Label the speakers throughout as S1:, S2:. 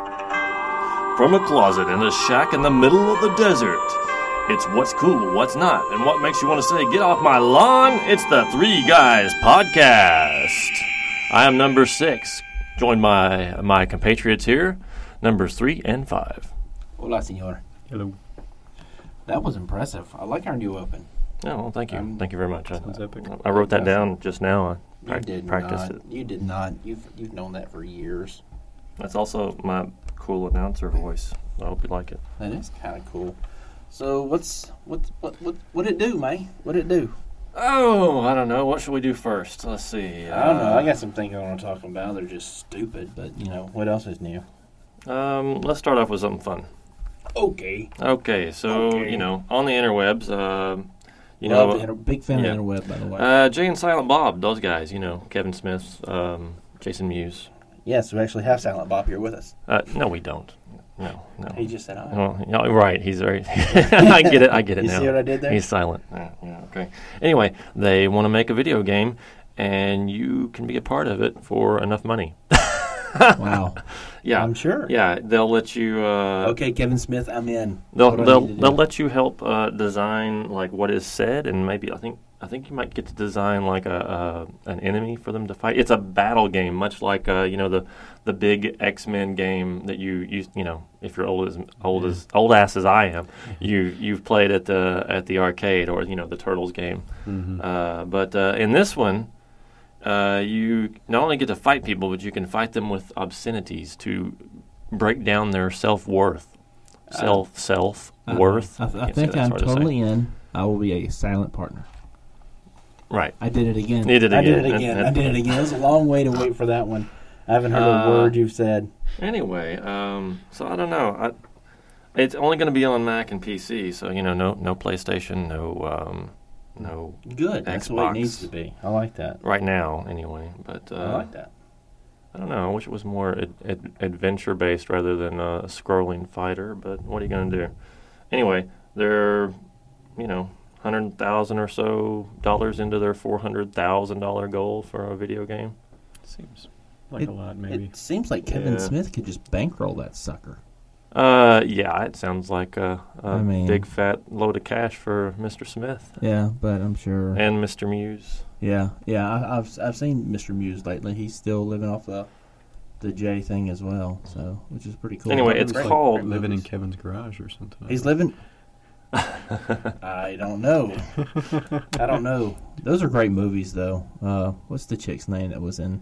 S1: From a closet in a shack in the middle of the desert, it's what's cool, what's not, and what makes you want to say, get off my lawn? It's the Three Guys Podcast. I am number six. Join my my compatriots here, numbers three and five.
S2: Hola, señor.
S3: Hello.
S2: That was impressive. I like our new open.
S1: Yeah, Oh, well, thank you.
S2: Um,
S1: thank you very much. I,
S3: sounds epic.
S1: I wrote that down just now. I
S2: You
S1: prac-
S2: did
S1: practiced
S2: not.
S1: it.
S2: You did not. You've you've known that for years.
S1: That's also my cool announcer voice. I hope you like it.
S2: That is kind of cool. So what's what what what what it do, man? What it do?
S1: Oh, I don't know. What should we do first? Let's see.
S2: I don't know. I got some things I want to talk about. They're just stupid, but you know what else is new?
S1: Um, let's start off with something fun.
S2: Okay.
S1: Okay, so
S2: Okay.
S1: you know, on the interwebs, um, you
S2: Love the
S1: know,
S2: inter- big fan
S1: yeah.
S2: of interweb, by the way.
S1: uh, Jay and Silent Bob, those guys, you know, Kevin Smith, um, Jason Mewes.
S2: yes, we actually have Silent Bob here with us.
S1: Uh, no, we don't. No, no.
S2: He just said, "Hi."
S1: Well, yeah, right. He's very. I get it. I get it
S2: You
S1: now.
S2: see what I did there?
S1: He's silent. Yeah, yeah, okay. Anyway, they want to make a video game, and you can be a part of it for enough money.
S2: "Wow,
S1: Yeah.
S2: I'm sure."
S1: Yeah, they'll let you. Uh,
S2: Okay, Kevin Smith, I'm in.
S1: They'll
S2: What do I
S1: they'll,
S2: need to do?
S1: they'll let you help uh, design like what is said, and maybe I think I think you might get to design like a, a an enemy for them to fight. It's a battle game, much like uh, you know the the big X Men game that you you you know if you're old as old as old ass as I am, you you've played at the at the arcade or you know the Turtles game. Uh, but uh, in this one, uh, you not only get to fight people, but you can fight them with obscenities to break down their self worth, self self worth.
S4: Uh, I, I think I'm totally in. I will be a silent partner.
S1: right.
S4: I did it again.
S1: You did it
S2: I
S1: again.
S2: did it again. I did it again. It was a long way to wait for that one. I haven't heard
S1: Uh,
S2: a word you've said.
S1: Anyway, um, so I don't know. I, it's only going to be on Mac and PC, so you know, no no PlayStation, no um, no
S2: Good. That's what
S1: Xbox.
S2: it needs to be. I like that.
S1: right now anyway. But uh,
S2: I like that.
S1: I don't know. I wish it was more ad- ad- adventure based rather than a scrolling fighter. But what are you going to do? Anyway, they're you know hundred thousand or so dollars into their four hundred thousand dollar goal for a video game.
S3: Seems like
S4: It-
S3: a lot, maybe.
S4: It seems like Kevin
S1: Yeah.
S4: Smith could just bankroll that sucker.
S1: Uh, yeah, it sounds like a, a
S4: I mean-
S1: big fat load of cash for Mr. Smith
S4: Yeah, but I'm sure.
S1: and Mr. Muse.
S4: Yeah, yeah. I, I've I've seen Mr. Muse lately. He's still living off the the J thing as well, so which is pretty cool.
S1: Anyway,
S3: It
S1: it's
S3: was like
S1: called-
S3: living in Kevin's garage or something.
S2: He's living. I don't know. I don't know.
S4: those are great movies though. Uh, what's the chick's name that was in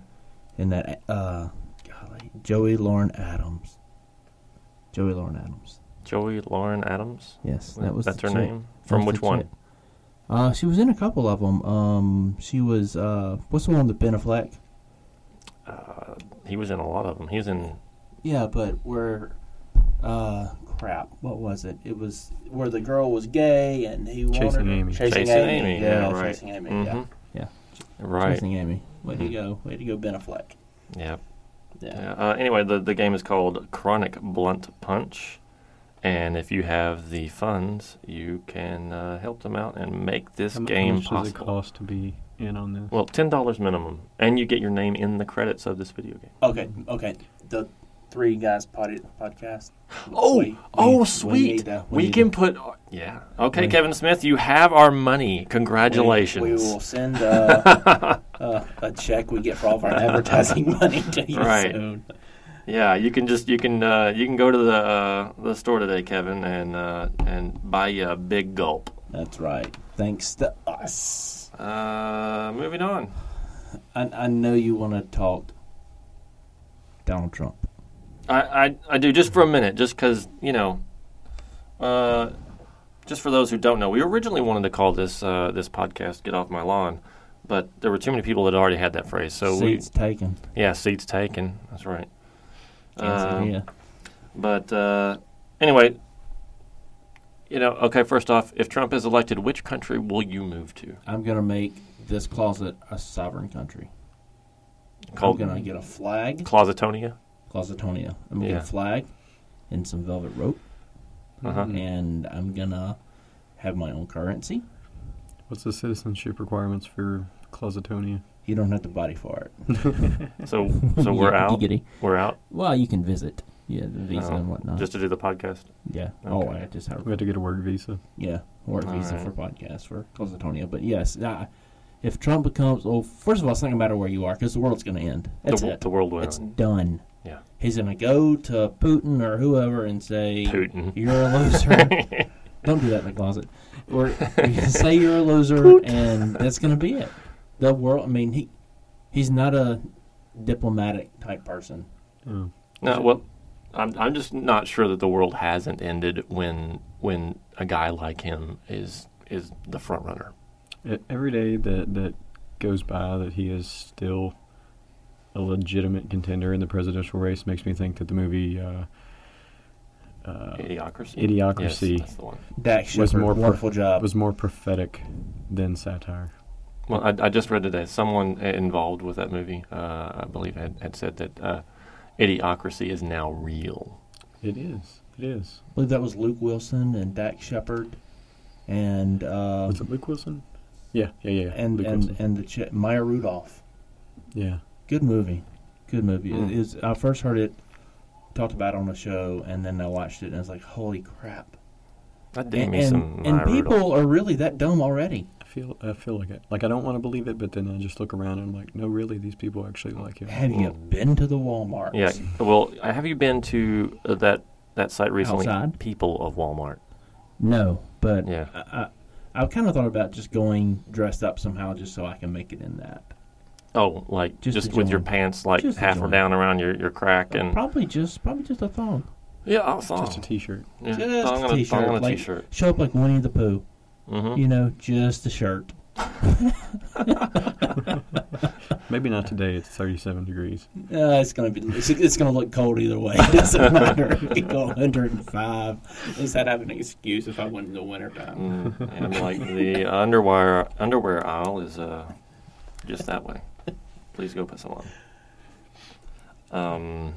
S4: in that? Uh, golly, Joey Lauren Adams. Joey Lauren Adams.
S1: Joey Lauren Adams.
S4: Yes, that was
S1: that's
S4: the
S1: her
S4: chick.
S1: name. From
S4: That's
S1: which
S4: the
S1: one?
S4: chick. Uh, she was in a couple of them. Um, she was uh, what's the one with Ben Affleck?
S1: Uh, he was in a lot of them. He was in
S4: Yeah, but where, uh, crap, what was it? It was where the girl was gay and he
S3: Chasing
S4: wanted her-
S3: Amy.
S2: Chasing,
S1: Chasing
S2: Amy.
S1: Amy,
S2: Yeah,
S1: yeah, right.
S2: Chasing Amy. Yeah.
S1: Mhm.
S4: Yeah.
S1: Right.
S4: Chasing Amy. Way
S1: Mhm.
S4: to go, way to go, Ben Affleck.
S1: Yeah.
S4: Yeah.
S1: Yeah. Uh, anyway, the, the game is called Chronic Blunt Punch. And if you have the funds, you can uh, help them out and make this
S3: How mu-
S1: game
S3: how much does it
S1: possible.
S3: cost to be in on this?
S1: Well, ten dollars minimum, and you get your name in the credits of this video game.
S2: Okay. Okay. The three guys pod- podcast.
S3: Oh,
S2: We- we- we need to-
S1: Oh, We,
S2: need
S1: can
S2: to-
S1: put. Yeah. Okay, Kevin Smith, you have our money. Congratulations.
S2: We, we will send uh, uh, a check we get for all of our advertising money to you
S1: Right.
S2: soon.
S1: Yeah, you can just you can uh, you can go to the uh, the store today, Kevin, and uh, and buy you a big gulp.
S4: That's right. Thanks to us.
S1: Uh, moving on.
S4: I, I know you want to talk Donald Trump.
S1: I, I, I do just for a minute, just because you know, uh, just for those who don't know, we originally wanted to call this uh, this podcast "Get Off My Lawn," but there were too many people that already had that phrase, so
S4: Seats taken.
S1: we yeah, seats taken. That's right. Um,
S4: yeah.
S1: But uh, anyway, you know, okay. First off, if Trump is elected, which country will you move to?
S4: I'm gonna make this closet a sovereign country.
S1: Called
S4: I'm gonna get a flag,
S1: Closetonia.
S4: Closetonia. I'm gonna
S1: Yeah.
S4: get a flag and some velvet rope,
S1: Uh-huh.
S4: and I'm gonna have my own currency.
S3: What's the citizenship requirements for Closetonia?
S4: You don't have to body for it.
S1: So so we're
S4: Yeah,
S1: out.
S4: giggity.
S1: We're out.
S4: Well, you can visit. Yeah, the visa
S1: Oh,
S4: and whatnot.
S1: just to do the podcast.
S4: yeah. Oh,
S1: okay.
S4: I just have
S3: We had to get a work visa.
S4: Yeah, or a
S1: All
S4: visa
S1: right.
S4: for podcasts for Cosatonia. But yes, uh, if Trump becomes, well, first of all, it's not gonna matter where you are because the world's gonna end. That's
S1: the, wo-
S4: it.
S1: the world will.
S4: It's done.
S1: Yeah.
S4: He's gonna go to Putin or whoever and say,
S1: Putin.
S4: "You're a loser." Don't do that in the closet. Or you say you're a loser, and that's gonna be it. The world. I mean, he he's not a diplomatic type person.
S3: Yeah.
S1: No, well, I'm I'm just not sure that the world hasn't ended when when a guy like him is is the front runner.
S3: E- Every day that that goes by that he is still a legitimate contender in the presidential race makes me think that the movie uh, uh,
S1: Idiocracy. Yes,
S3: Idiocracy
S1: that's the one.
S4: Dax
S3: Was
S4: Shepard,
S3: more pro-
S4: wonderful job.
S3: was more prophetic than satire.
S1: Well, I, I just read today someone involved with that movie, uh, I believe, had, had said that uh, idiocracy is now real.
S3: It is. It is.
S4: I believe that was Luke Wilson and Dax Shepard, and uh,
S3: was it Luke Wilson? Yeah, yeah, yeah. yeah,
S4: and
S3: Luke
S4: and,
S3: Wilson.
S4: and the ch- Maya Rudolph.
S3: yeah.
S4: Good movie, good movie.
S1: Mm.
S4: It is. I first heard it talked about on a show, and then I watched it, and I was like, "Holy crap!"
S1: That did
S4: And
S1: me
S4: and,
S1: some.
S4: and
S1: Maya
S4: people
S1: Rudolph.
S4: are really that dumb already.
S3: I feel I feel like it. Like I don't want to believe it, but then I just look around and I'm like, no, really, these people actually like him.
S4: Have you been to the Walmart?
S1: Mm. Yeah. Well, have you been to uh, that that site recently?
S4: Outside? Uh,
S1: People of Walmart.
S4: No, but
S1: Yeah.
S4: I, I, I kind of thought about just going dressed up somehow, just so I can make it in that.
S1: Oh, like
S4: Just
S1: just,
S4: a
S1: with your
S4: joint.
S1: pants like
S4: Just a
S1: half or
S4: joint. Uh,
S1: down around your, your crack and
S4: probably just probably just a thong.
S1: yeah, I'll thong.
S3: Just a T-shirt.
S1: yeah,
S4: Just a
S1: thong on a, thong
S4: t-shirt,
S1: on a
S4: like-
S1: t-shirt.
S4: Show up like Winnie the Pooh.
S1: Mm-hmm.
S4: You know, just a shirt.
S3: Maybe not today. It's 37 degrees.
S4: Uh, it's gonna be. It's, it's gonna look cold either way. It doesn't matter. It could go 105. At least I'd have an excuse if I went in the wintertime.
S1: Mm, and like the underwear underwear aisle is uh, just that way. Please go put some on. Um,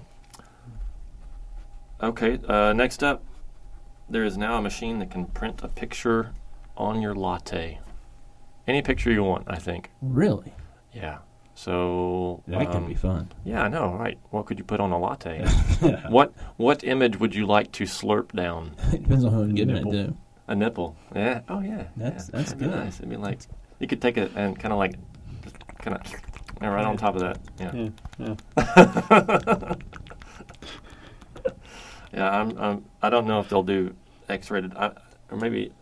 S1: okay, uh, next up, there is now a machine that can print a picture on your latte. Any picture you want, I think.
S4: Really,
S1: Yeah. So
S4: that can
S1: um,
S4: be fun.
S1: Yeah, I know, right? What could you put on a latte? what what image would you like to slurp down?
S4: it depends on who I'm getting it
S3: Nipple.
S4: to.
S1: A nipple? Yeah. Oh yeah.
S4: That's-
S1: yeah.
S4: that's
S1: That'd be
S4: good.
S1: nice. It'd be like you could take it and kind of like just kind of and right on top of that. Yeah.
S3: Yeah, yeah.
S1: Yeah. I'm, I'm I don't know if they'll do X-rated I, or maybe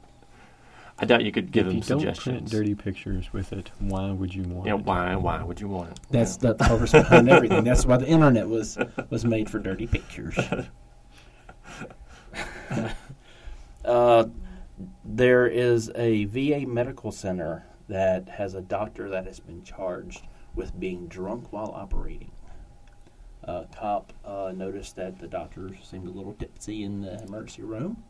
S1: I doubt you could give
S3: if
S1: them
S3: you don't print
S1: suggestions.
S3: dirty pictures with it, why would you want
S1: yeah.
S3: it?
S1: Why why would you want it?
S4: That's the purpose behind everything. That's why the internet was was made for dirty pictures.
S2: Uh, there is a VA medical center that has a doctor that has been charged with being drunk while operating. A cop uh, noticed that the doctor seemed a little tipsy in the emergency room,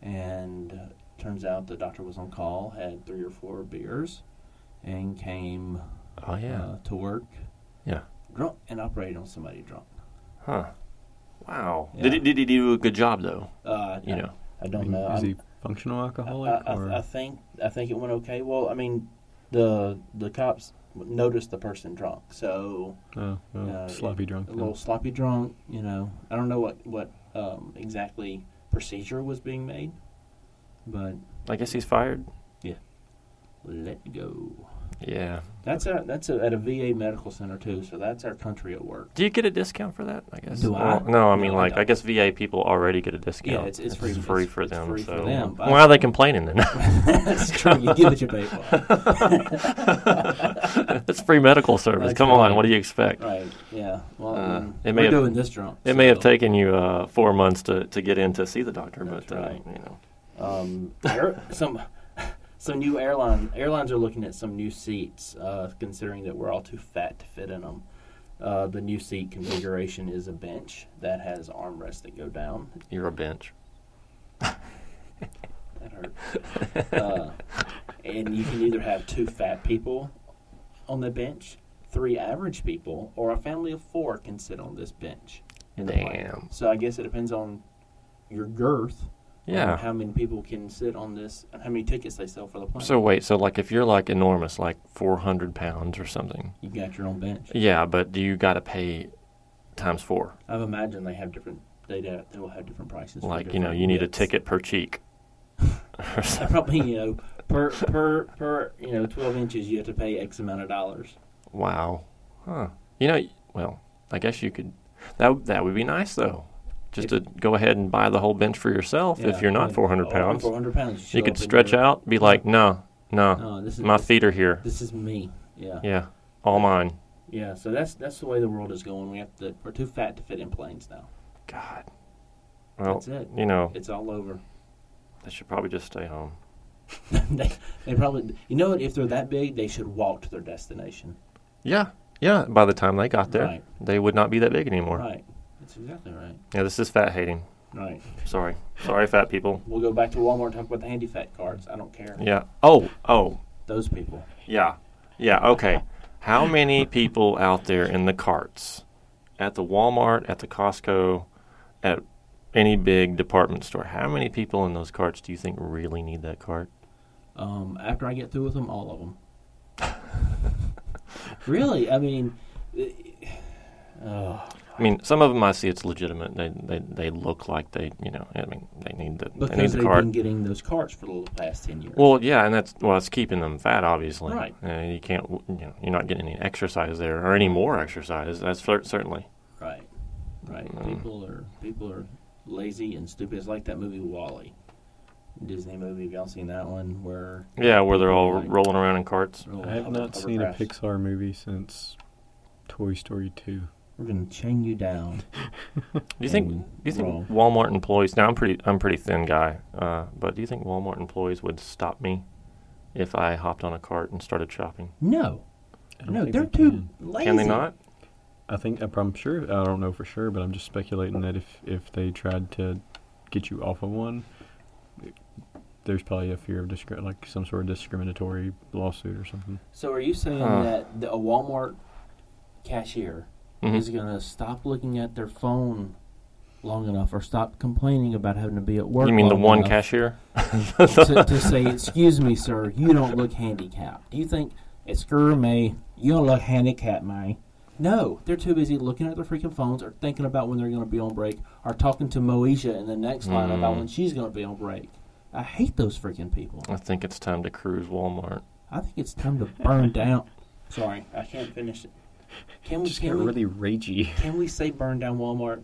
S2: and uh, turns out the doctor was on call, had three or four beers, and came
S1: Oh yeah.
S2: uh, to work
S1: Yeah.
S2: drunk and operated on somebody drunk.
S1: Huh. Wow.
S2: Yeah.
S1: Did he, did he do a good job though?
S2: Uh,
S1: You
S2: I,
S1: know.
S2: I
S3: I
S2: don't
S3: mean,
S2: know.
S3: Is
S2: I'm-
S3: he functional alcoholic
S2: I,
S3: or oh,
S2: I, I think I think it went okay. Well, I mean, the the cops noticed the person drunk, so
S3: oh, well,
S2: uh,
S3: sloppy drunk?
S2: a
S3: then.
S2: little sloppy drunk. You know, I don't know what what um, exactly procedure was being made, but
S1: I guess he's fired.
S2: let go.
S1: Yeah.
S2: That's a that's a, at a VA medical center too. So that's our country at work.
S1: Do you get a discount for that? I guess.
S4: Do
S1: I
S4: I?
S1: don't- No, I mean
S2: No, I
S1: like I
S2: don't.
S1: guess VA people already get a discount.
S2: Yeah, it's- it's free- it's-
S1: for
S2: it's
S1: them.
S2: free for
S1: so
S2: them, but-
S1: why are they complaining then?
S2: that's true. You give what you pay for.
S1: it's free medical service.
S2: That's
S1: Come
S2: right.
S1: on, what do you expect?
S2: Right. Yeah. Well,
S1: Uh,
S2: um, I mean,
S1: it may
S2: we're
S1: have-
S2: doing this drunk.
S1: It may have
S2: so-
S1: taken you uh, four months to, to get in to see the doctor,
S2: That's
S1: but uh,
S2: right.
S1: you know,
S2: Um, air, some some new airline airlines are looking at some new seats, uh, considering that we're all too fat to fit in them. Uh, the new seat configuration is a bench that has armrests that go down.
S1: you're a bench.
S2: That hurt. uh, and you can either have two fat people on the bench, three average people, or a family of four can sit on this bench. in the plane.
S1: Damn.
S2: So I guess it depends on your girth. and
S1: Yeah.
S2: Um, How many people can sit on this? And how many tickets they sell for the plane?
S1: So wait, so like if you're like enormous, like 400 pounds or something,
S2: You got your own bench.
S1: yeah, but do you got to pay times four?
S2: I've imagined they have different They do, they will have different prices. for
S1: Like you
S2: different
S1: know, you need a
S2: widths.
S1: ticket per cheek. Or something.
S2: Probably you know per per per you know twelve inches you have to pay X amount of dollars.
S1: Wow. Huh. You know, well, I guess you could. That that would be nice though. Just to go ahead and buy the whole bench for yourself
S4: Yeah,
S1: if you're not
S4: like,
S1: 400 pounds.
S2: Oh, Four hundred pounds.
S1: You could stretch out, be like, no, no,
S2: No, this is
S1: my feet are here.
S2: This is me. Yeah.
S1: Yeah, all mine.
S2: Yeah. So that's that's the way the world is going. We have to. We're too fat to fit in planes now.
S1: God. Well,
S2: That's it.
S1: you know,
S2: It's all over.
S1: they should probably just stay home.
S2: they, they probably. You know what? If they're that big, they should walk to their destination.
S1: Yeah, yeah. By the time they got there,
S2: Right.
S1: they would not be that big anymore.
S2: Right. That's exactly right.
S1: Yeah, this is fat hating.
S2: Right.
S1: Sorry, sorry, fat people.
S2: We'll go back to Walmart and talk about the handy fat cards. I don't care.
S1: Yeah. Oh, oh,
S2: Those people.
S1: yeah, yeah. Okay. How many people out there in the carts, at the Walmart, at the Costco, at any big department store? How many people in those carts do you think really need that cart?
S4: Um,
S2: After I get through with them, all of them. really? I mean, oh,
S1: I mean, some of them I see it's legitimate. They they, they look like they you know. I mean, they need the they need
S2: because
S1: the
S2: they've
S1: cart.
S2: been getting those carts for the past ten years.
S1: Well, yeah, and that's well, it's keeping them fat, obviously.
S2: Right.
S1: Uh, you can't, you know, you're not getting any exercise there, or any more exercise. That's cer- certainly.
S2: right. Right.
S1: Mm.
S2: People are people are lazy and stupid. It's like that movie Wally, Disney movie. Have y'all seen that one? Where
S1: Yeah, where they're all
S2: Right.
S1: rolling around in carts.
S3: I have not seen a Pixar movie since Toy Story 2.
S2: We're gonna chain you down.
S1: Do you think?
S2: Mm,
S1: Do you think
S2: wrong.
S1: Walmart employees? Now, I'm pretty, I'm a pretty thin guy, uh, but do you think Walmart employees would stop me if I hopped on a cart and started shopping?
S4: no,
S3: I don't
S4: no,
S3: think
S4: they're
S3: they
S4: too
S3: can.
S4: lazy.
S1: Can they not?
S3: I think I'm- I'm sure. I don't know for sure, but I'm just speculating that if if they tried to get you off of one, it- there's probably a fear of discri- like some sort of discriminatory lawsuit or something.
S2: So are you saying
S1: Huh.
S2: that the, a Walmart cashier
S1: Mhm.
S2: is gonna stop looking at their phone long enough, or stop
S4: Complaining about having to be at work.
S1: You mean the
S4: long
S1: one
S4: enough
S1: cashier?
S4: to, to say, "Excuse me, sir, you don't look handicapped." Do you think, "Screw me, you don't look handicapped, man"? No, they're too busy looking at their freaking phones or thinking about when they're going to be on break or talking to Moesha in the next line about
S1: Mm.
S4: when she's going to be on break. I hate those freaking people.
S1: I think it's time to cruise Walmart.
S4: I think it's time to burn down.
S2: Sorry, I can't finish it. Can we
S3: Just
S2: can
S3: get
S2: we,
S3: really ragey.
S2: can we say burn down Walmart?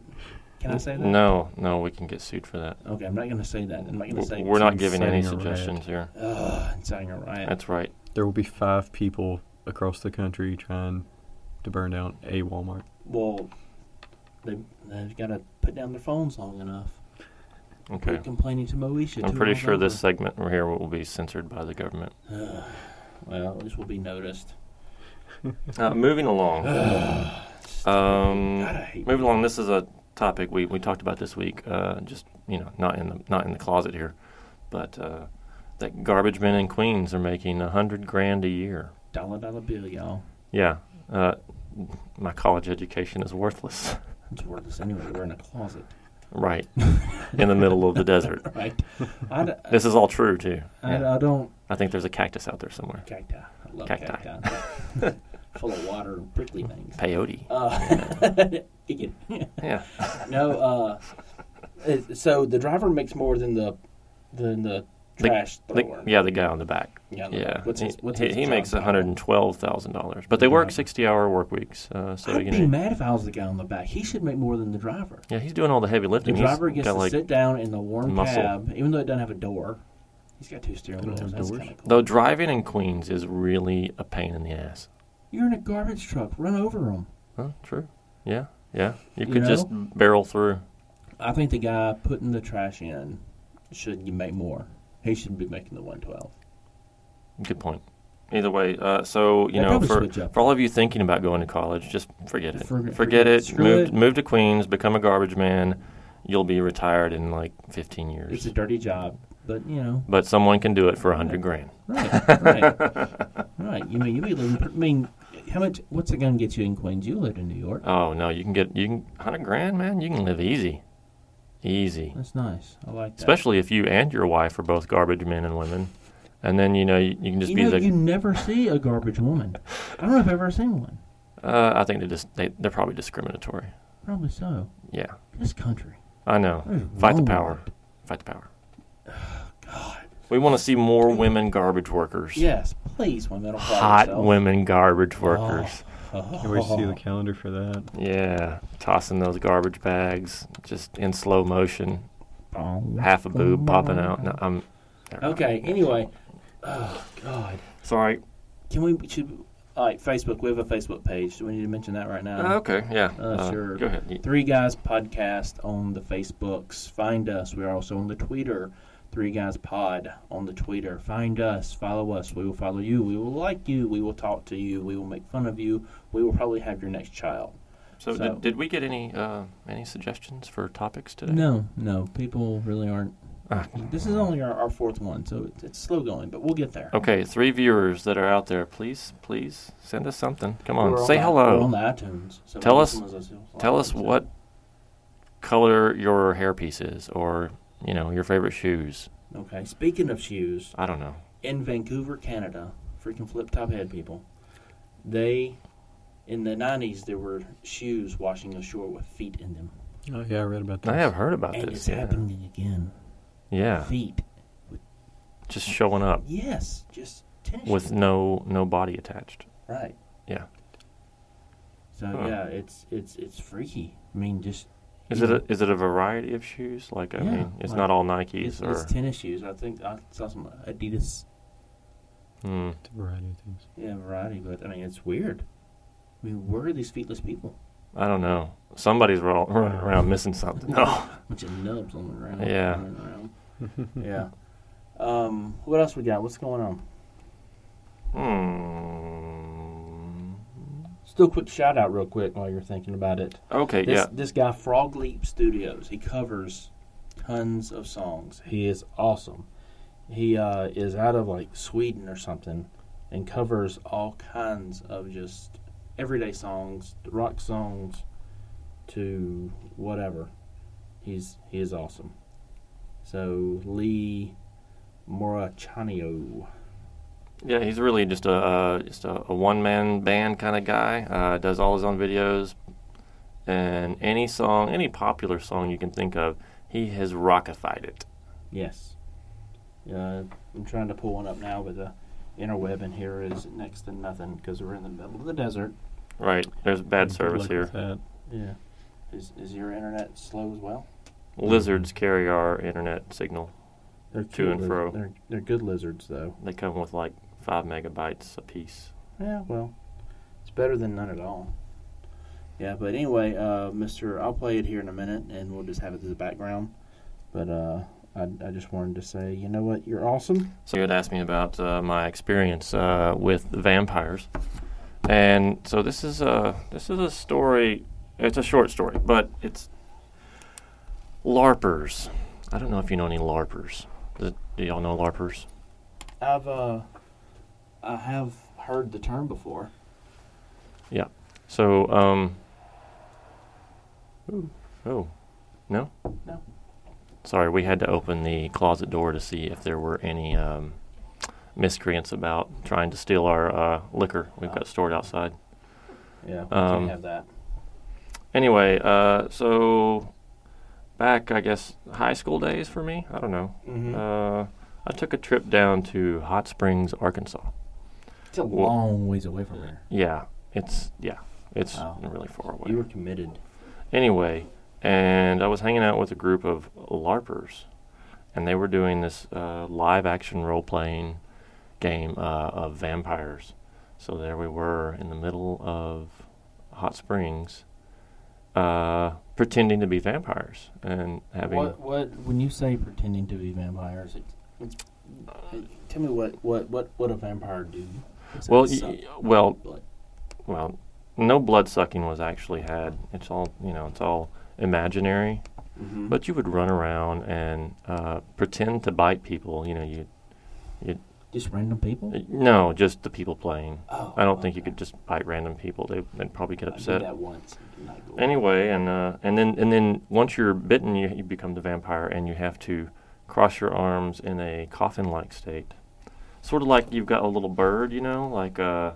S2: Can I say that?
S1: No, no, we can get sued for that.
S2: Okay, I'm not gonna say that. I'm not gonna say.
S1: W- We're not
S3: it's
S1: giving any
S3: inciting a riot.
S1: suggestions here.
S2: Ugh, inciting a riot.
S1: That's right.
S3: There will be five people across the country trying to burn down a Walmart.
S2: well, they they've got to put down their phones long enough.
S1: Okay.
S2: Quit complaining to Moesha.
S1: I'm
S2: two
S1: pretty
S2: miles
S1: sure this
S2: over.
S1: segment right here will be censored by the government.
S2: Ugh, well, this will be noticed.
S1: Uh, moving along. um,
S2: God, I hate
S1: moving along. This is a topic we, we talked about this week. Uh, just you know, not in the not in the closet here, but uh, that garbage men in Queens are making a hundred grand a year.
S2: Dollar dollar bill, y'all.
S1: Yeah. Uh, my college education is worthless.
S2: It's worthless anyway. We're in a closet,
S1: right. in the middle of the desert.
S2: right? I, d-
S1: This is all true too.
S4: I,
S2: uh,
S1: Yeah.
S4: I don't.
S1: I think there's a cactus out there somewhere.
S2: cacti. I love
S1: Cacti.
S2: cacti. Full of water and prickly things.
S1: Peyote.
S2: Uh, you can-
S1: Yeah.
S2: no, uh, it- so the driver makes more than the than the
S1: The-
S2: trash
S1: The-
S2: thrower.
S1: yeah, the guy on the back.
S2: yeah.
S1: Yeah,
S2: What's
S1: he,
S2: his, what's
S1: he,
S2: his
S1: he
S2: job
S1: makes one
S2: title?
S1: hundred and twelve thousand dollars, but they work
S2: Yeah.
S1: sixty-hour work weeks. Uh, so
S2: I'd
S1: you
S2: be
S1: know,
S2: mad if I was the guy on the back. He should make more than the driver.
S1: yeah, he's doing all the heavy
S2: The
S1: lifting. He's
S2: driver gets
S1: got,
S2: to
S1: like-
S2: sit down in the warm
S1: muscle.
S2: cab, even though it doesn't have a door. He's got two steering
S3: They don't
S2: wheels.
S3: have
S2: That's
S3: doors?
S2: kind of cool.
S1: Though driving in Queens is really a pain in the ass.
S4: You're in a garbage truck. Run over them.
S1: Huh? True. Yeah. Yeah. You
S4: You
S1: could just barrel through.
S2: I think the guy putting the trash in should make more. He should be making the one twelve.
S1: Good point. Either way, uh, so you
S2: They
S1: know,
S2: probably
S1: for,
S2: switch up.
S1: for all of you thinking about going to college, just forget it.
S4: Forget-
S1: Forget,
S4: forget it.
S1: it.
S4: Screw
S1: Move
S4: it.
S1: move to Queens. Become a garbage man. You'll be retired in like fifteen
S2: It's
S1: years.
S2: a dirty job, but you know,
S1: But someone can do it for a hundred grand.
S2: right, right, right. You mean you be living? I mean, how much? What's it going to get you in Queens? You lived in New York.
S1: Oh no, you can get you can hundred grand, man. You can live easy, easy.
S2: That's nice. I like that.
S1: Especially if you and your wife are both garbage men and women, and then you know you, you can just
S4: You
S1: be
S4: know,
S1: the.
S4: you never see a garbage woman. I don't know if I've ever seen one.
S1: uh, I think they just they, they're probably discriminatory.
S4: Probably so.
S1: Yeah,
S4: This country.
S1: I know. Fight the
S4: wrong
S1: power. Fight the power. We want to see more women garbage workers.
S2: Yes, please, women. will fly
S1: Hot
S2: themselves.
S1: women garbage
S2: Oh.
S1: workers.
S3: Can't wait to see the calendar for that.
S1: Yeah. Tossing those garbage bags just in slow motion. Half a boob popping out. No, I'm. never mind.
S2: Okay. Anyway, oh God,
S1: Sorry.
S2: can we? Should, all right, Facebook. We have a Facebook page. Do we need to mention that right now?
S1: okay. Yeah.
S2: Uh, sure.
S1: Go ahead. You-
S2: Three Guys Podcast on the Facebooks. Find us. We're also on the Twitter. Three Guys Pod on the Twitter. Find us. Follow us. We will follow you. We will like you. We will talk to you. We will make fun of you. We will probably have your next child.
S1: So,
S2: So-
S1: Did, did we get any uh, any suggestions for topics today?
S2: No, no. People really aren't.
S1: Ah.
S2: This is only our, our fourth one, so it's, it's slow going, but we'll get there.
S1: Okay, three viewers that are out there, please, please send us something. Come on,
S2: We're on
S1: say
S2: the-
S1: hello.
S2: We're on the iTunes. so
S1: Tell
S2: maybe
S1: us-
S2: someone's listening.
S1: Tell us what color your hairpiece is, or you know your favorite shoes.
S2: Okay. Speaking of shoes,
S1: I don't know.
S2: in Vancouver, Canada, freaking flip top head people, they in the nineties there were shoes washing ashore with feet in them.
S3: Oh yeah, I read about that.
S1: I have heard about
S2: and
S1: this.
S2: it's
S1: Yeah,
S2: happening again.
S1: yeah,
S2: Feet.
S1: just showing up
S2: Yes, just tennis.
S1: with
S2: shoes.
S1: no no body attached.
S2: right.
S1: Yeah.
S2: So
S1: Huh.
S2: yeah, it's it's it's freaky. I mean just
S1: Is it a, is it a variety of shoes? Like I
S2: Yeah,
S1: mean, it's
S2: like-
S1: not all
S2: it's,
S1: Nikes or.
S2: it's tennis shoes. I think I saw some Adidas
S1: Hmm.
S3: It's a variety of things.
S2: yeah, variety, but I mean it's weird. I mean, where are these feetless people?
S1: I don't know. Somebody's ro- running around missing something. No.
S2: bunch of nubs on the ground.
S1: Yeah.
S2: running around. yeah. Um, what else we got? What's going on?
S1: Hmm.
S2: Still, quick shout out, real quick, while you're thinking about it.
S1: Okay.
S2: This,
S1: yeah.
S2: this guy, Frog Leap Studios, he covers tons of songs. He is awesome. He uh, is out of like Sweden or something and covers all kinds of just everyday songs, rock songs to whatever. He's he is awesome. So Lee Morachanio.
S1: Yeah, he's really just a uh, just a, a one man band kind of guy. Uh, does all his own videos, and any song, any popular song you can think of, he has rockified it.
S2: Yes. Uh, I'm trying to pull one up now, but the interweb in here is next to nothing because we're in the middle of the desert.
S1: Right? There's bad
S3: Good
S1: service
S3: luck
S1: here.
S3: with Mm-hmm. that.
S2: Yeah. Is, is your internet slow as well?
S1: Lizards carry our internet signal.
S2: They're
S1: To and
S2: liz-
S1: fro.
S2: They're, they're good lizards, though.
S1: They come with like five megabytes apiece.
S2: Yeah, well, it's better than none at all. Yeah, but anyway, uh, Mister, I'll play it here in a minute, and we'll just have it as a background. But uh, I, I just wanted to say, you know what? You're awesome.
S1: So you had asked me about uh, my experience uh, with vampires, and so this is a this is a story. It's a short story, but it's larpers. I don't know if you know any larpers. Do, do y'all know larpers?
S2: I've uh, I have heard the term before.
S1: So um. Ooh. Oh, no.
S2: No.
S1: Sorry, we had to open the closet door to see if there were any um, miscreants about trying to steal our uh, liquor we've got stored outside.
S2: Yeah, so
S1: Um,
S2: we have that.
S1: anyway, uh, so back, I guess, high school days for me. I don't know.
S2: Mm-hmm.
S1: Uh, I took a trip down to Hot Springs, Arkansas.
S4: It's a
S1: Well-
S4: long ways away from there.
S1: Yeah, it's yeah, it's
S2: Wow.
S1: really far away.
S2: you were committed.
S1: anyway, and I was hanging out with a group of LARPers, and they were doing this uh, live action role playing game uh, of vampires. So there we were in the middle of Hot Springs, uh, pretending to be vampires and having.
S4: What-
S2: What
S4: When you say pretending to be vampires, it's
S2: Tell me what what what what a vampire do? Besides
S1: Well,
S2: suck
S1: y- well,
S2: blood.
S1: well, no blood sucking was actually had. It's all you know. It's all imaginary.
S2: Mhm.
S1: But you would run around and uh, pretend to bite people. You know, you
S4: just random people.
S1: no, just the people playing.
S2: oh,
S1: I don't think you could just bite random people. They, they'd probably get
S2: I did
S1: upset.
S2: that once. It did not go well.
S1: Anyway, and uh, and then and then once you're bitten, you, you become the vampire, and you have to cross your arms in a coffin-like state, sort of like you've got a little bird, you know, like uh,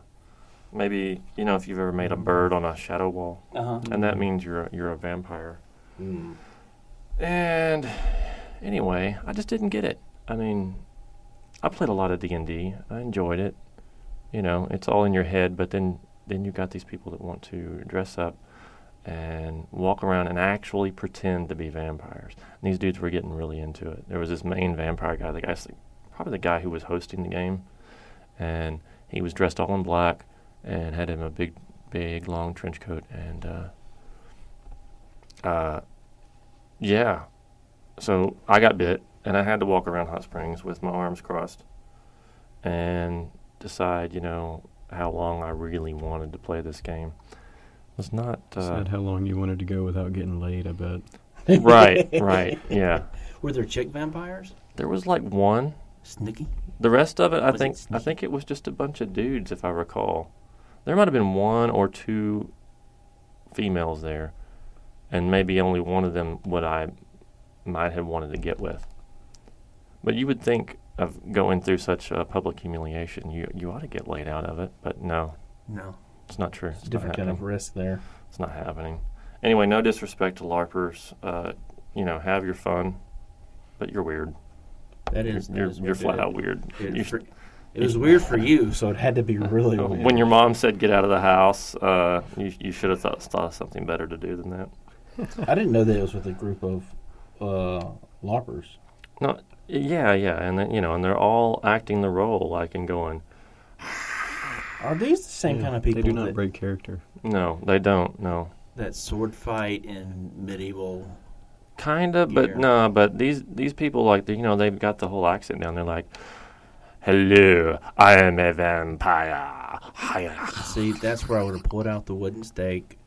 S1: maybe you know if you've ever made a bird on a shadow wall,
S2: Uh-huh.
S1: and that means you're a, you're a vampire.
S2: Mm.
S1: And anyway, I just didn't get it. I mean, I played a lot of D and D. I enjoyed it. You know, it's all in your head, but then then you got these people that want to dress up and walk around and actually pretend to be vampires. And these dudes were getting really into it. There was this main vampire guy, the guy, probably the guy who was hosting the game, and he was dressed all in black and had him a big, big long trench coat and. Uh, uh, yeah. So I got bit, and I had to walk around Hot Springs with my arms crossed and decide, you know, how long I really wanted to play this game. Was not uh,
S3: Said how long you wanted to go without getting laid, I bet.
S1: right, right, yeah.
S2: Were there chick vampires?
S1: There was like one.
S2: Snicky?
S1: The rest of it, I
S2: Was it
S1: think, I
S2: sneaky?
S1: think it was just a bunch of dudes, if I recall. There might have been one or two females there, and maybe only one of them what I might have wanted to get with. But you would think of going through such uh, public humiliation, you you ought to get laid out of it. But no,
S2: No.
S1: it's not true. It's, not
S2: different kind
S1: happening.
S2: of risk there.
S1: It's not happening. Anyway, no disrespect to larpers. Uh, you know, have your fun, but you're weird.
S2: That
S1: You're
S2: is, that
S1: you're,
S2: is
S1: you're
S2: weird.
S1: flat out weird.
S2: It,
S1: You're-
S2: for- it was weird for you, so it had to be really
S1: Uh,
S2: weird.
S1: When your mom said get out of the house, uh, you, you should have thought, thought of something better to do than that.
S2: I didn't know that it was with a group of uh, larpers.
S1: No, yeah, yeah, and then, you know, and they're all acting the role, like and going.
S2: Are these the same
S3: Yeah,
S2: kind of people
S3: They do not
S2: that,
S3: break character.
S1: No, they don't. No,
S2: that sword fight in medieval?
S1: kinda, but
S2: Yeah.
S1: no, but these these people, like, they- you know, they've got the whole accent down. They're like, "Hello, I am a vampire." Hiya."
S2: See, that's where I would have pulled out the wooden stake.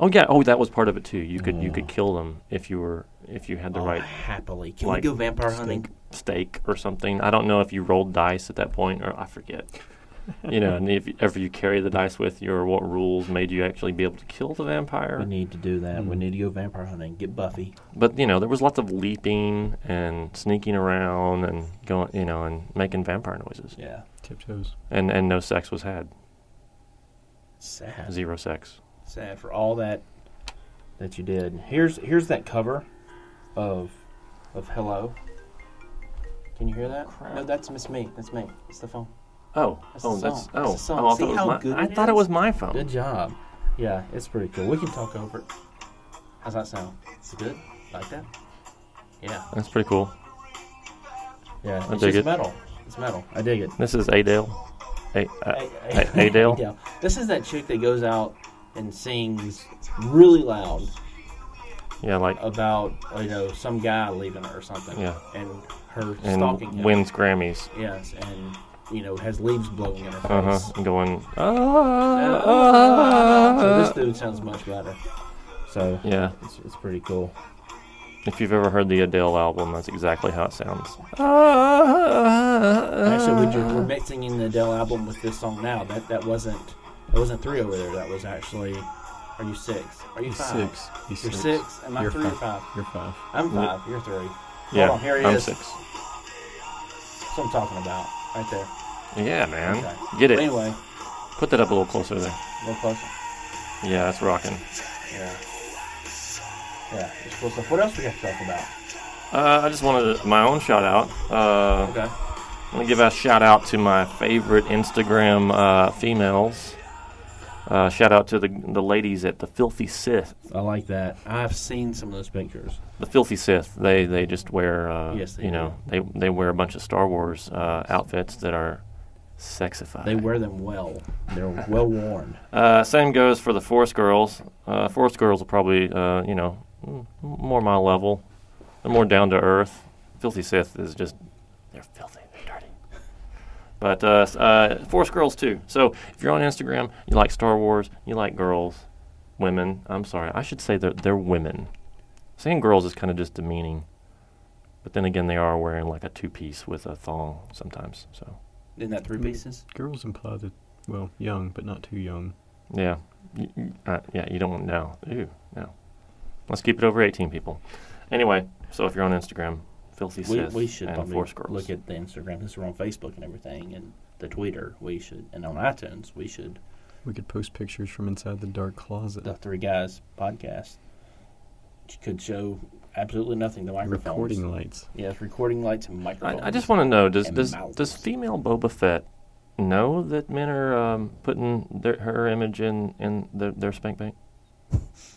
S1: Oh yeah, oh that was part of it too. You could you
S2: Mm.
S1: could kill them if you were if you had the
S2: Oh,
S1: right
S2: happily. Can
S1: like,
S2: we go vampire hunting?
S1: stake or something. I don't know if you rolled dice at that point, or I forget. you know, and if ever you carry the dice with you, or what rules made you actually be able to kill the
S2: We
S1: vampire.
S2: need to do that. We
S3: Mm.
S2: need to go vampire hunting. Get Buffy.
S1: But you know, there was lots of leaping and sneaking around and going, you know, and making vampire noises.
S2: Yeah.
S3: Tiptoes.
S1: And and no sex was had,
S2: Sad.
S1: zero sex.
S2: Sad for all that that you did. Here's here's that cover of of Hello. Can you hear that? No, that's Miss Me. That's me. It's the phone.
S1: Oh,
S2: That's
S1: oh,
S2: the
S1: that's
S2: song.
S1: oh,
S2: That's the song.
S1: oh, I
S2: See
S1: thought it
S2: how
S1: was my,
S2: good
S1: I
S2: it
S1: thought it
S2: is?
S1: was my phone.
S2: Good job. Yeah, it's pretty cool. We can talk over it. How's that sound? Is it good? Like that? Yeah.
S1: That's pretty cool.
S2: Yeah.
S1: I
S2: it's
S1: dig
S2: just
S1: it. Uh,
S2: metal. It's metal. I dig it.
S1: This is Adele. A, uh,
S2: Hey,
S1: A- Adele?
S2: This is that chick that goes out and sings really loud
S1: yeah, like
S2: about you know some guy leaving her or something.
S1: Yeah.
S2: And her stalking
S1: and
S2: him.
S1: wins Grammys.
S2: Yes, and you know has leaves blowing in her face.
S1: Uh huh. Going. "Ah,
S2: So
S1: ah,
S2: this dude sounds much better. So
S1: Yeah.
S2: it's, it's pretty cool.
S1: If you've ever heard the Adele album, that's exactly how it sounds. Ah,
S2: Actually, we just, we're mixing in the Adele album with this song now. That that wasn't that wasn't three over there. That was actually. Are you six? Are you
S3: He's
S2: five?
S3: six. He's
S2: You're
S3: six.
S2: six. Am I
S3: You're
S2: three or
S3: five.
S2: five?
S3: You're five.
S2: I'm five. You're three.
S1: yeah,
S2: Hold on, here he
S1: I'm
S2: is.
S1: six.
S2: That's what I'm talking about. Right there.
S1: Yeah, man.
S2: Okay.
S1: Get it.
S2: But anyway,
S1: Put that up a little closer there.
S2: a little closer.
S1: Yeah, that's rocking.
S2: Yeah. Yeah, it's cool stuff. What else we got to talk about?
S1: Uh, I just wanted my own shout out. Uh,
S2: Okay.
S1: I'm gonna give a shout out to my favorite Instagram uh, females. Uh, shout out to the the ladies at the Filthy Sith.
S2: I like that. I've seen some of those pictures.
S1: the filthy Sith. They they just wear uh,
S2: Yes, they
S1: you know they they wear a bunch of Star Wars uh, outfits that are sexified.
S2: They wear them well. They're well worn.
S1: Uh, same goes for the Force girls. Uh, Force girls are probably uh, you know m- more my level. They're more down to earth. Filthy Sith is just they're filthy, they're dirty. But uh, s- uh, Force girls too. So if you're on Instagram, you like Star Wars, you like girls, women. I'm sorry, I should say they're they're women. Saying girls is kind of just demeaning. But then again, they are wearing like a two-piece with a thong sometimes. So
S2: Isn't that three pieces?
S3: Girls imply that, well, young, but not too young.
S1: Yeah. Y- y- Uh, yeah, you don't want no. Ew, no. Let's keep it over 18 people. Anyway, so if you're on Instagram, Filthy
S2: We,
S1: Sith
S2: we should
S1: and
S2: probably
S1: Force Girls.
S2: look at the Instagram since we're on Facebook and everything and the Twitter. We should and on iTunes we should
S3: We could post pictures from inside the dark closet.
S2: the Three Guys podcast. could show absolutely nothing. The microphones.
S3: Recording lights.
S2: Yes, recording lights and microphones.
S1: I, I just want to know does
S2: and
S1: does,
S2: mouths.
S1: does female Boba Fett know that men are um, putting their, her image in in their, their spank bank?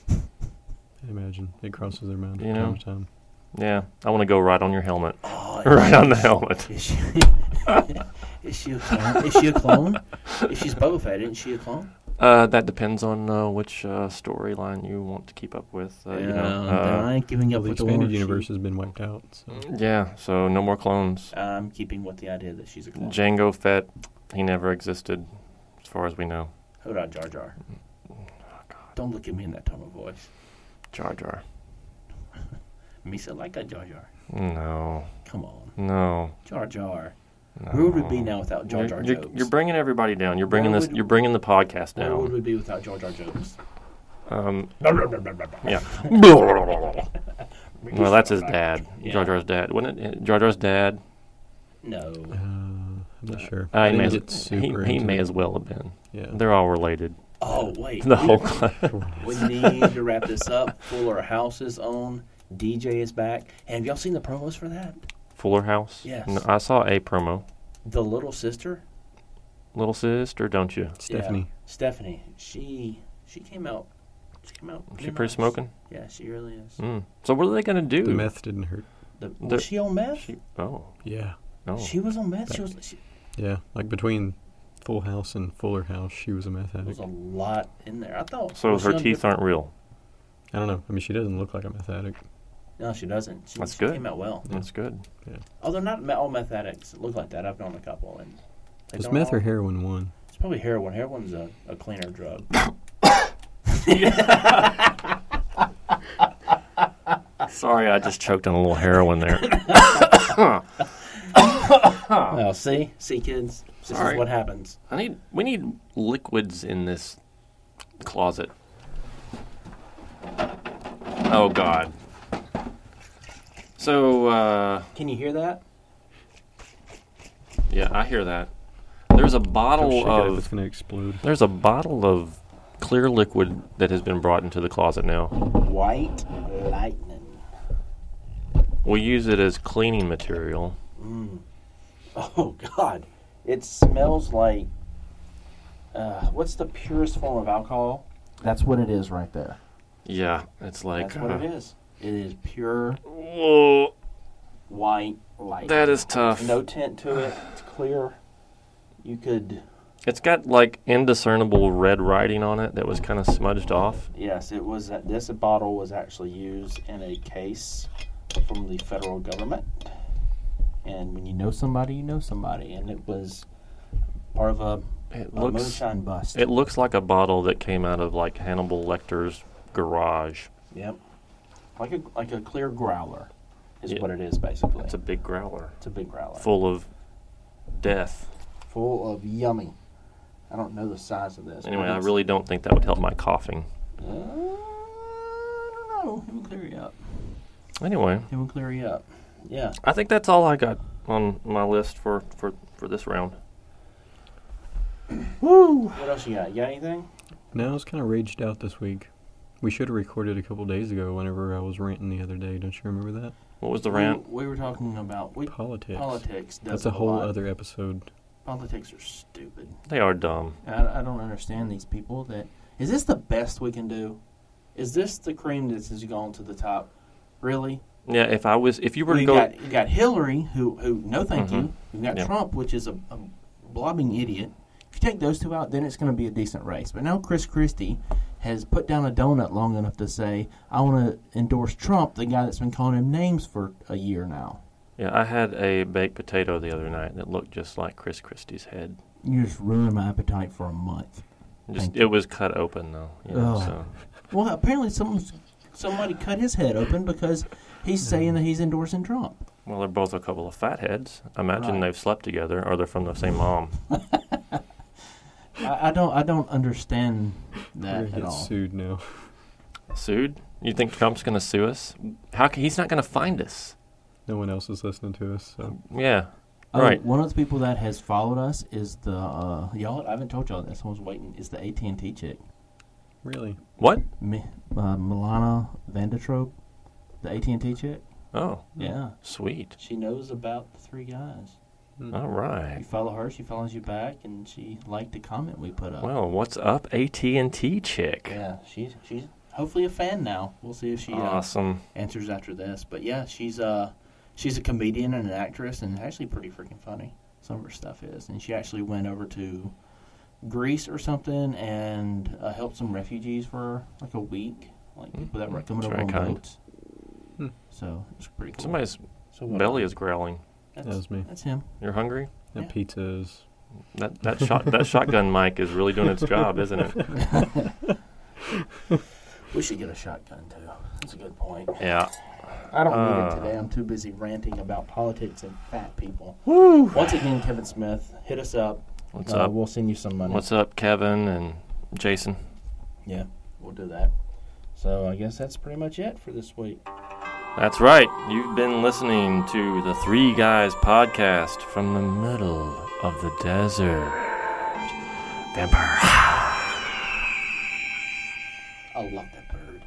S3: I imagine it crosses their mind
S1: You
S3: from
S1: know?
S3: time to time.
S1: Yeah, I want to go right on your helmet,
S2: Oh,
S1: right on the helmet.
S2: Is she, is she a clone? Is she a clone? If she's Boba Fett, isn't she a clone?
S1: Uh, that depends on uh, which uh, storyline you want to keep up with. Uh, you know,
S2: Um,
S1: uh,
S2: then I ain't giving
S3: Well,
S2: up
S3: the
S2: with the
S3: expanded
S2: orange
S3: universe has been wiped out. So
S1: yeah. So no more clones.
S2: sheep. I'm keeping with the idea that she's a clone.
S1: Django Fett, he never existed, as far as we know.
S2: Hold on, Jar Jar.
S1: Mm.
S2: Don't look at me in that tone of voice.
S1: Jar Jar.
S2: Misa like a Jar Jar.
S1: No,
S2: Come on,
S1: no.
S2: Jar Jar.
S1: no.
S2: Where would we be now without Jar
S1: Oh. You're-
S2: Jar
S1: you're,
S2: Jones?
S1: you're bringing everybody down. You're bringing
S2: Where
S1: this.
S2: would-
S1: You're bringing the podcast
S2: Where would
S1: down.
S2: we be without Jar Jar Jones?
S1: Um,
S2: Blah, blah, blah, blah, blah, blah.
S1: yeah. well, that's his
S2: Misa.
S1: dad.
S2: Yeah.
S1: Jar Jar's dad. Wasn't it eh, Jar Jar's dad?
S2: No.
S3: uh, I'm not sure.
S1: Uh, he may,
S3: didn't
S1: as,
S3: get
S1: he,
S3: super
S1: he
S3: into
S1: may
S3: it.
S1: as well have been.
S3: Yeah.
S1: They're all related.
S2: Oh wait.
S1: The
S2: we-
S1: whole class.
S2: We need to wrap this up. Fuller House is on. DJ is back. And have y'all seen the promos for that?
S1: Fuller House.
S2: Yes.
S1: No, I saw a promo.
S2: The little sister,
S1: Little sister, don't you?
S3: Stephanie.
S2: Stephanie. She she came out. She came out.
S1: She pretty smoking.
S2: Yeah, she really is.
S1: Mm. So what are they gonna do?
S3: The meth didn't hurt.
S2: The, was
S1: There-
S2: she on meth? She,
S1: She, oh
S3: Yeah.
S1: no.
S2: was on meth. She was. She,
S3: Yeah. Like between Full House and Fuller House, she was a meth
S2: there was
S3: addict.
S2: a lot in there. I thought.
S1: so
S2: was
S1: her
S2: she on
S1: teeth
S2: different-
S1: aren't real.
S3: I don't know. I mean, she doesn't look like a meth addict.
S2: No, she doesn't. She,
S1: That's
S2: she
S1: good.
S2: Came out well.
S1: That's good.
S2: Although not me- all meth addicts look like that. I've known a couple, and they
S3: Is
S2: don't
S3: meth
S2: all-
S3: or heroin one?
S2: It's probably heroin. Heroin's a, a cleaner drug.
S1: Sorry, I just choked on a little heroin there.
S2: Oh, see, see, kids, this
S1: Sorry.
S2: is what happens.
S1: I need. We need liquids in this closet. Oh God. So. uh...
S2: Can you hear that?
S1: Yeah, I hear that. There's a
S3: Don't
S1: bottle
S3: shake it up, it's
S1: of
S3: gonna explode.
S1: there's a bottle of clear liquid that has been brought into the closet now.
S2: White lightning.
S1: We use it as cleaning material.
S2: Oh God, it smells like. Uh, what's the purest form of alcohol?
S4: That's what it is right there.
S1: Yeah, it's like
S2: That's what it
S1: uh,
S2: is. It is pure
S1: Whoa,
S2: white light.
S1: that is tough.
S2: no tint to it. It's clear. You could.
S1: It's got like indiscernible red writing on it that was kind of smudged off.
S2: Yes, it was. This bottle was actually used in a case from the federal government, and when you
S4: You know somebody, you know somebody.
S2: and it was part of a,
S1: It
S2: a
S1: looks
S2: moonshine bust.
S1: it looks like a bottle that came out of like Hannibal Lecter's garage.
S2: Yep. Like a like a clear growler is
S1: Yeah.
S2: what it is basically.
S1: It's a big growler
S2: it's a big growler.
S1: full of death.
S2: Full of yummy. I don't know the size of this. but
S1: Anyway, I
S2: it's-
S1: really don't think that would help my coughing.
S2: Uh, I don't know. It will clear you up.
S1: Anyway,
S2: It will clear you up. Yeah.
S1: I think that's all I got on my list for, for, for this round.
S2: Woo. What else you got? You got anything?
S3: No, I was kind of raged out this week. We should have recorded a couple days ago. Whenever I was ranting the other day, don't you remember that?
S1: What was the rant?
S2: We, we were talking about we,
S3: Politics.
S2: Mm, politics. Does
S3: That's a
S2: it
S3: whole
S2: lot.
S3: other episode.
S2: Politics are stupid.
S1: They are dumb.
S2: I, I don't understand these people. That is this the best we can do? Is this the cream that has gone to the top? Really?
S1: Yeah, if I was, if you were
S2: Well,
S1: to
S2: you
S1: go,
S2: got you got Hillary, who who no thank you. You got
S1: Mm-hmm. Yeah.
S2: Trump, which is a, a blobbing idiot. If you take those two out, then it's going to be a decent race. But now Chris Christie has put down a donut long enough to say, "I want to endorse Trump, the guy that's been calling him names for a year now."
S1: yeah, I had a baked potato the other night that looked just like Chris Christie's head.
S4: You just ruined my appetite for a month.
S1: Just
S4: Thank
S1: it was cut open though. You know,
S4: Ugh.
S1: so
S2: Well, apparently someone's somebody cut his head open because he's saying that he's endorsing Trump.
S1: well, they're both a couple of fatheads. I imagine
S2: Right.
S1: they've slept together, or they're from the same mom.
S2: I, I don't I don't understand that
S3: We're gonna
S2: at
S3: get
S2: all.
S3: sued now.
S1: Sued? You think Trump's going to sue us? How can, he's not going to find us?
S3: No one else is listening to us. So
S1: Yeah,
S4: Oh,
S1: Right.
S4: One of the people that has followed us is the uh, y'all. I haven't told y'all this. I was waiting. Is the AT and T chick,
S3: really,
S1: what?
S4: Mi- uh, Milana Vandatrope, the AT and T chick.
S1: Oh,
S4: Yeah,
S1: sweet.
S2: She knows about the three guys.
S3: Mm.
S1: All
S2: You
S1: right.
S2: follow her, she follows you back, and she
S4: liked the comment we put up.
S1: Well, what's up, AT and T chick?
S2: yeah, she's she's hopefully a fan now. We'll see if she uh,
S1: Awesome.
S2: answers after this. But yeah, she's uh she's a comedian and an actress, and actually pretty freaking funny. Some of her stuff is, and she actually went over to Greece or something and uh, helped some refugees for like a week, like people that were coming
S1: That's
S2: over
S1: Hmm. very
S2: on
S1: kind.
S2: boats.
S3: Hmm.
S2: So it's pretty cool.
S1: Somebody's
S2: so what-
S1: belly is growling.
S2: That's,
S3: That was me.
S2: That's him.
S1: You're hungry?
S3: That
S2: Yeah.
S3: pizza is.
S1: That that shot that shotgun mic is really doing its job, isn't it?
S2: We should get a shotgun too. That's a good point.
S1: Yeah.
S2: I don't need
S1: Uh.
S2: it today. I'm too busy ranting about politics and fat people. Once again, Kevin Smith, hit us up.
S1: What's
S2: Uh,
S1: up?
S2: We'll send you some money.
S1: What's up, Kevin and Jason?
S2: yeah, we'll do that. So I guess that's pretty much it for this week.
S1: That's right. You've been listening to the Three Guys podcast from the middle of the desert. Vampire.
S2: I love that bird.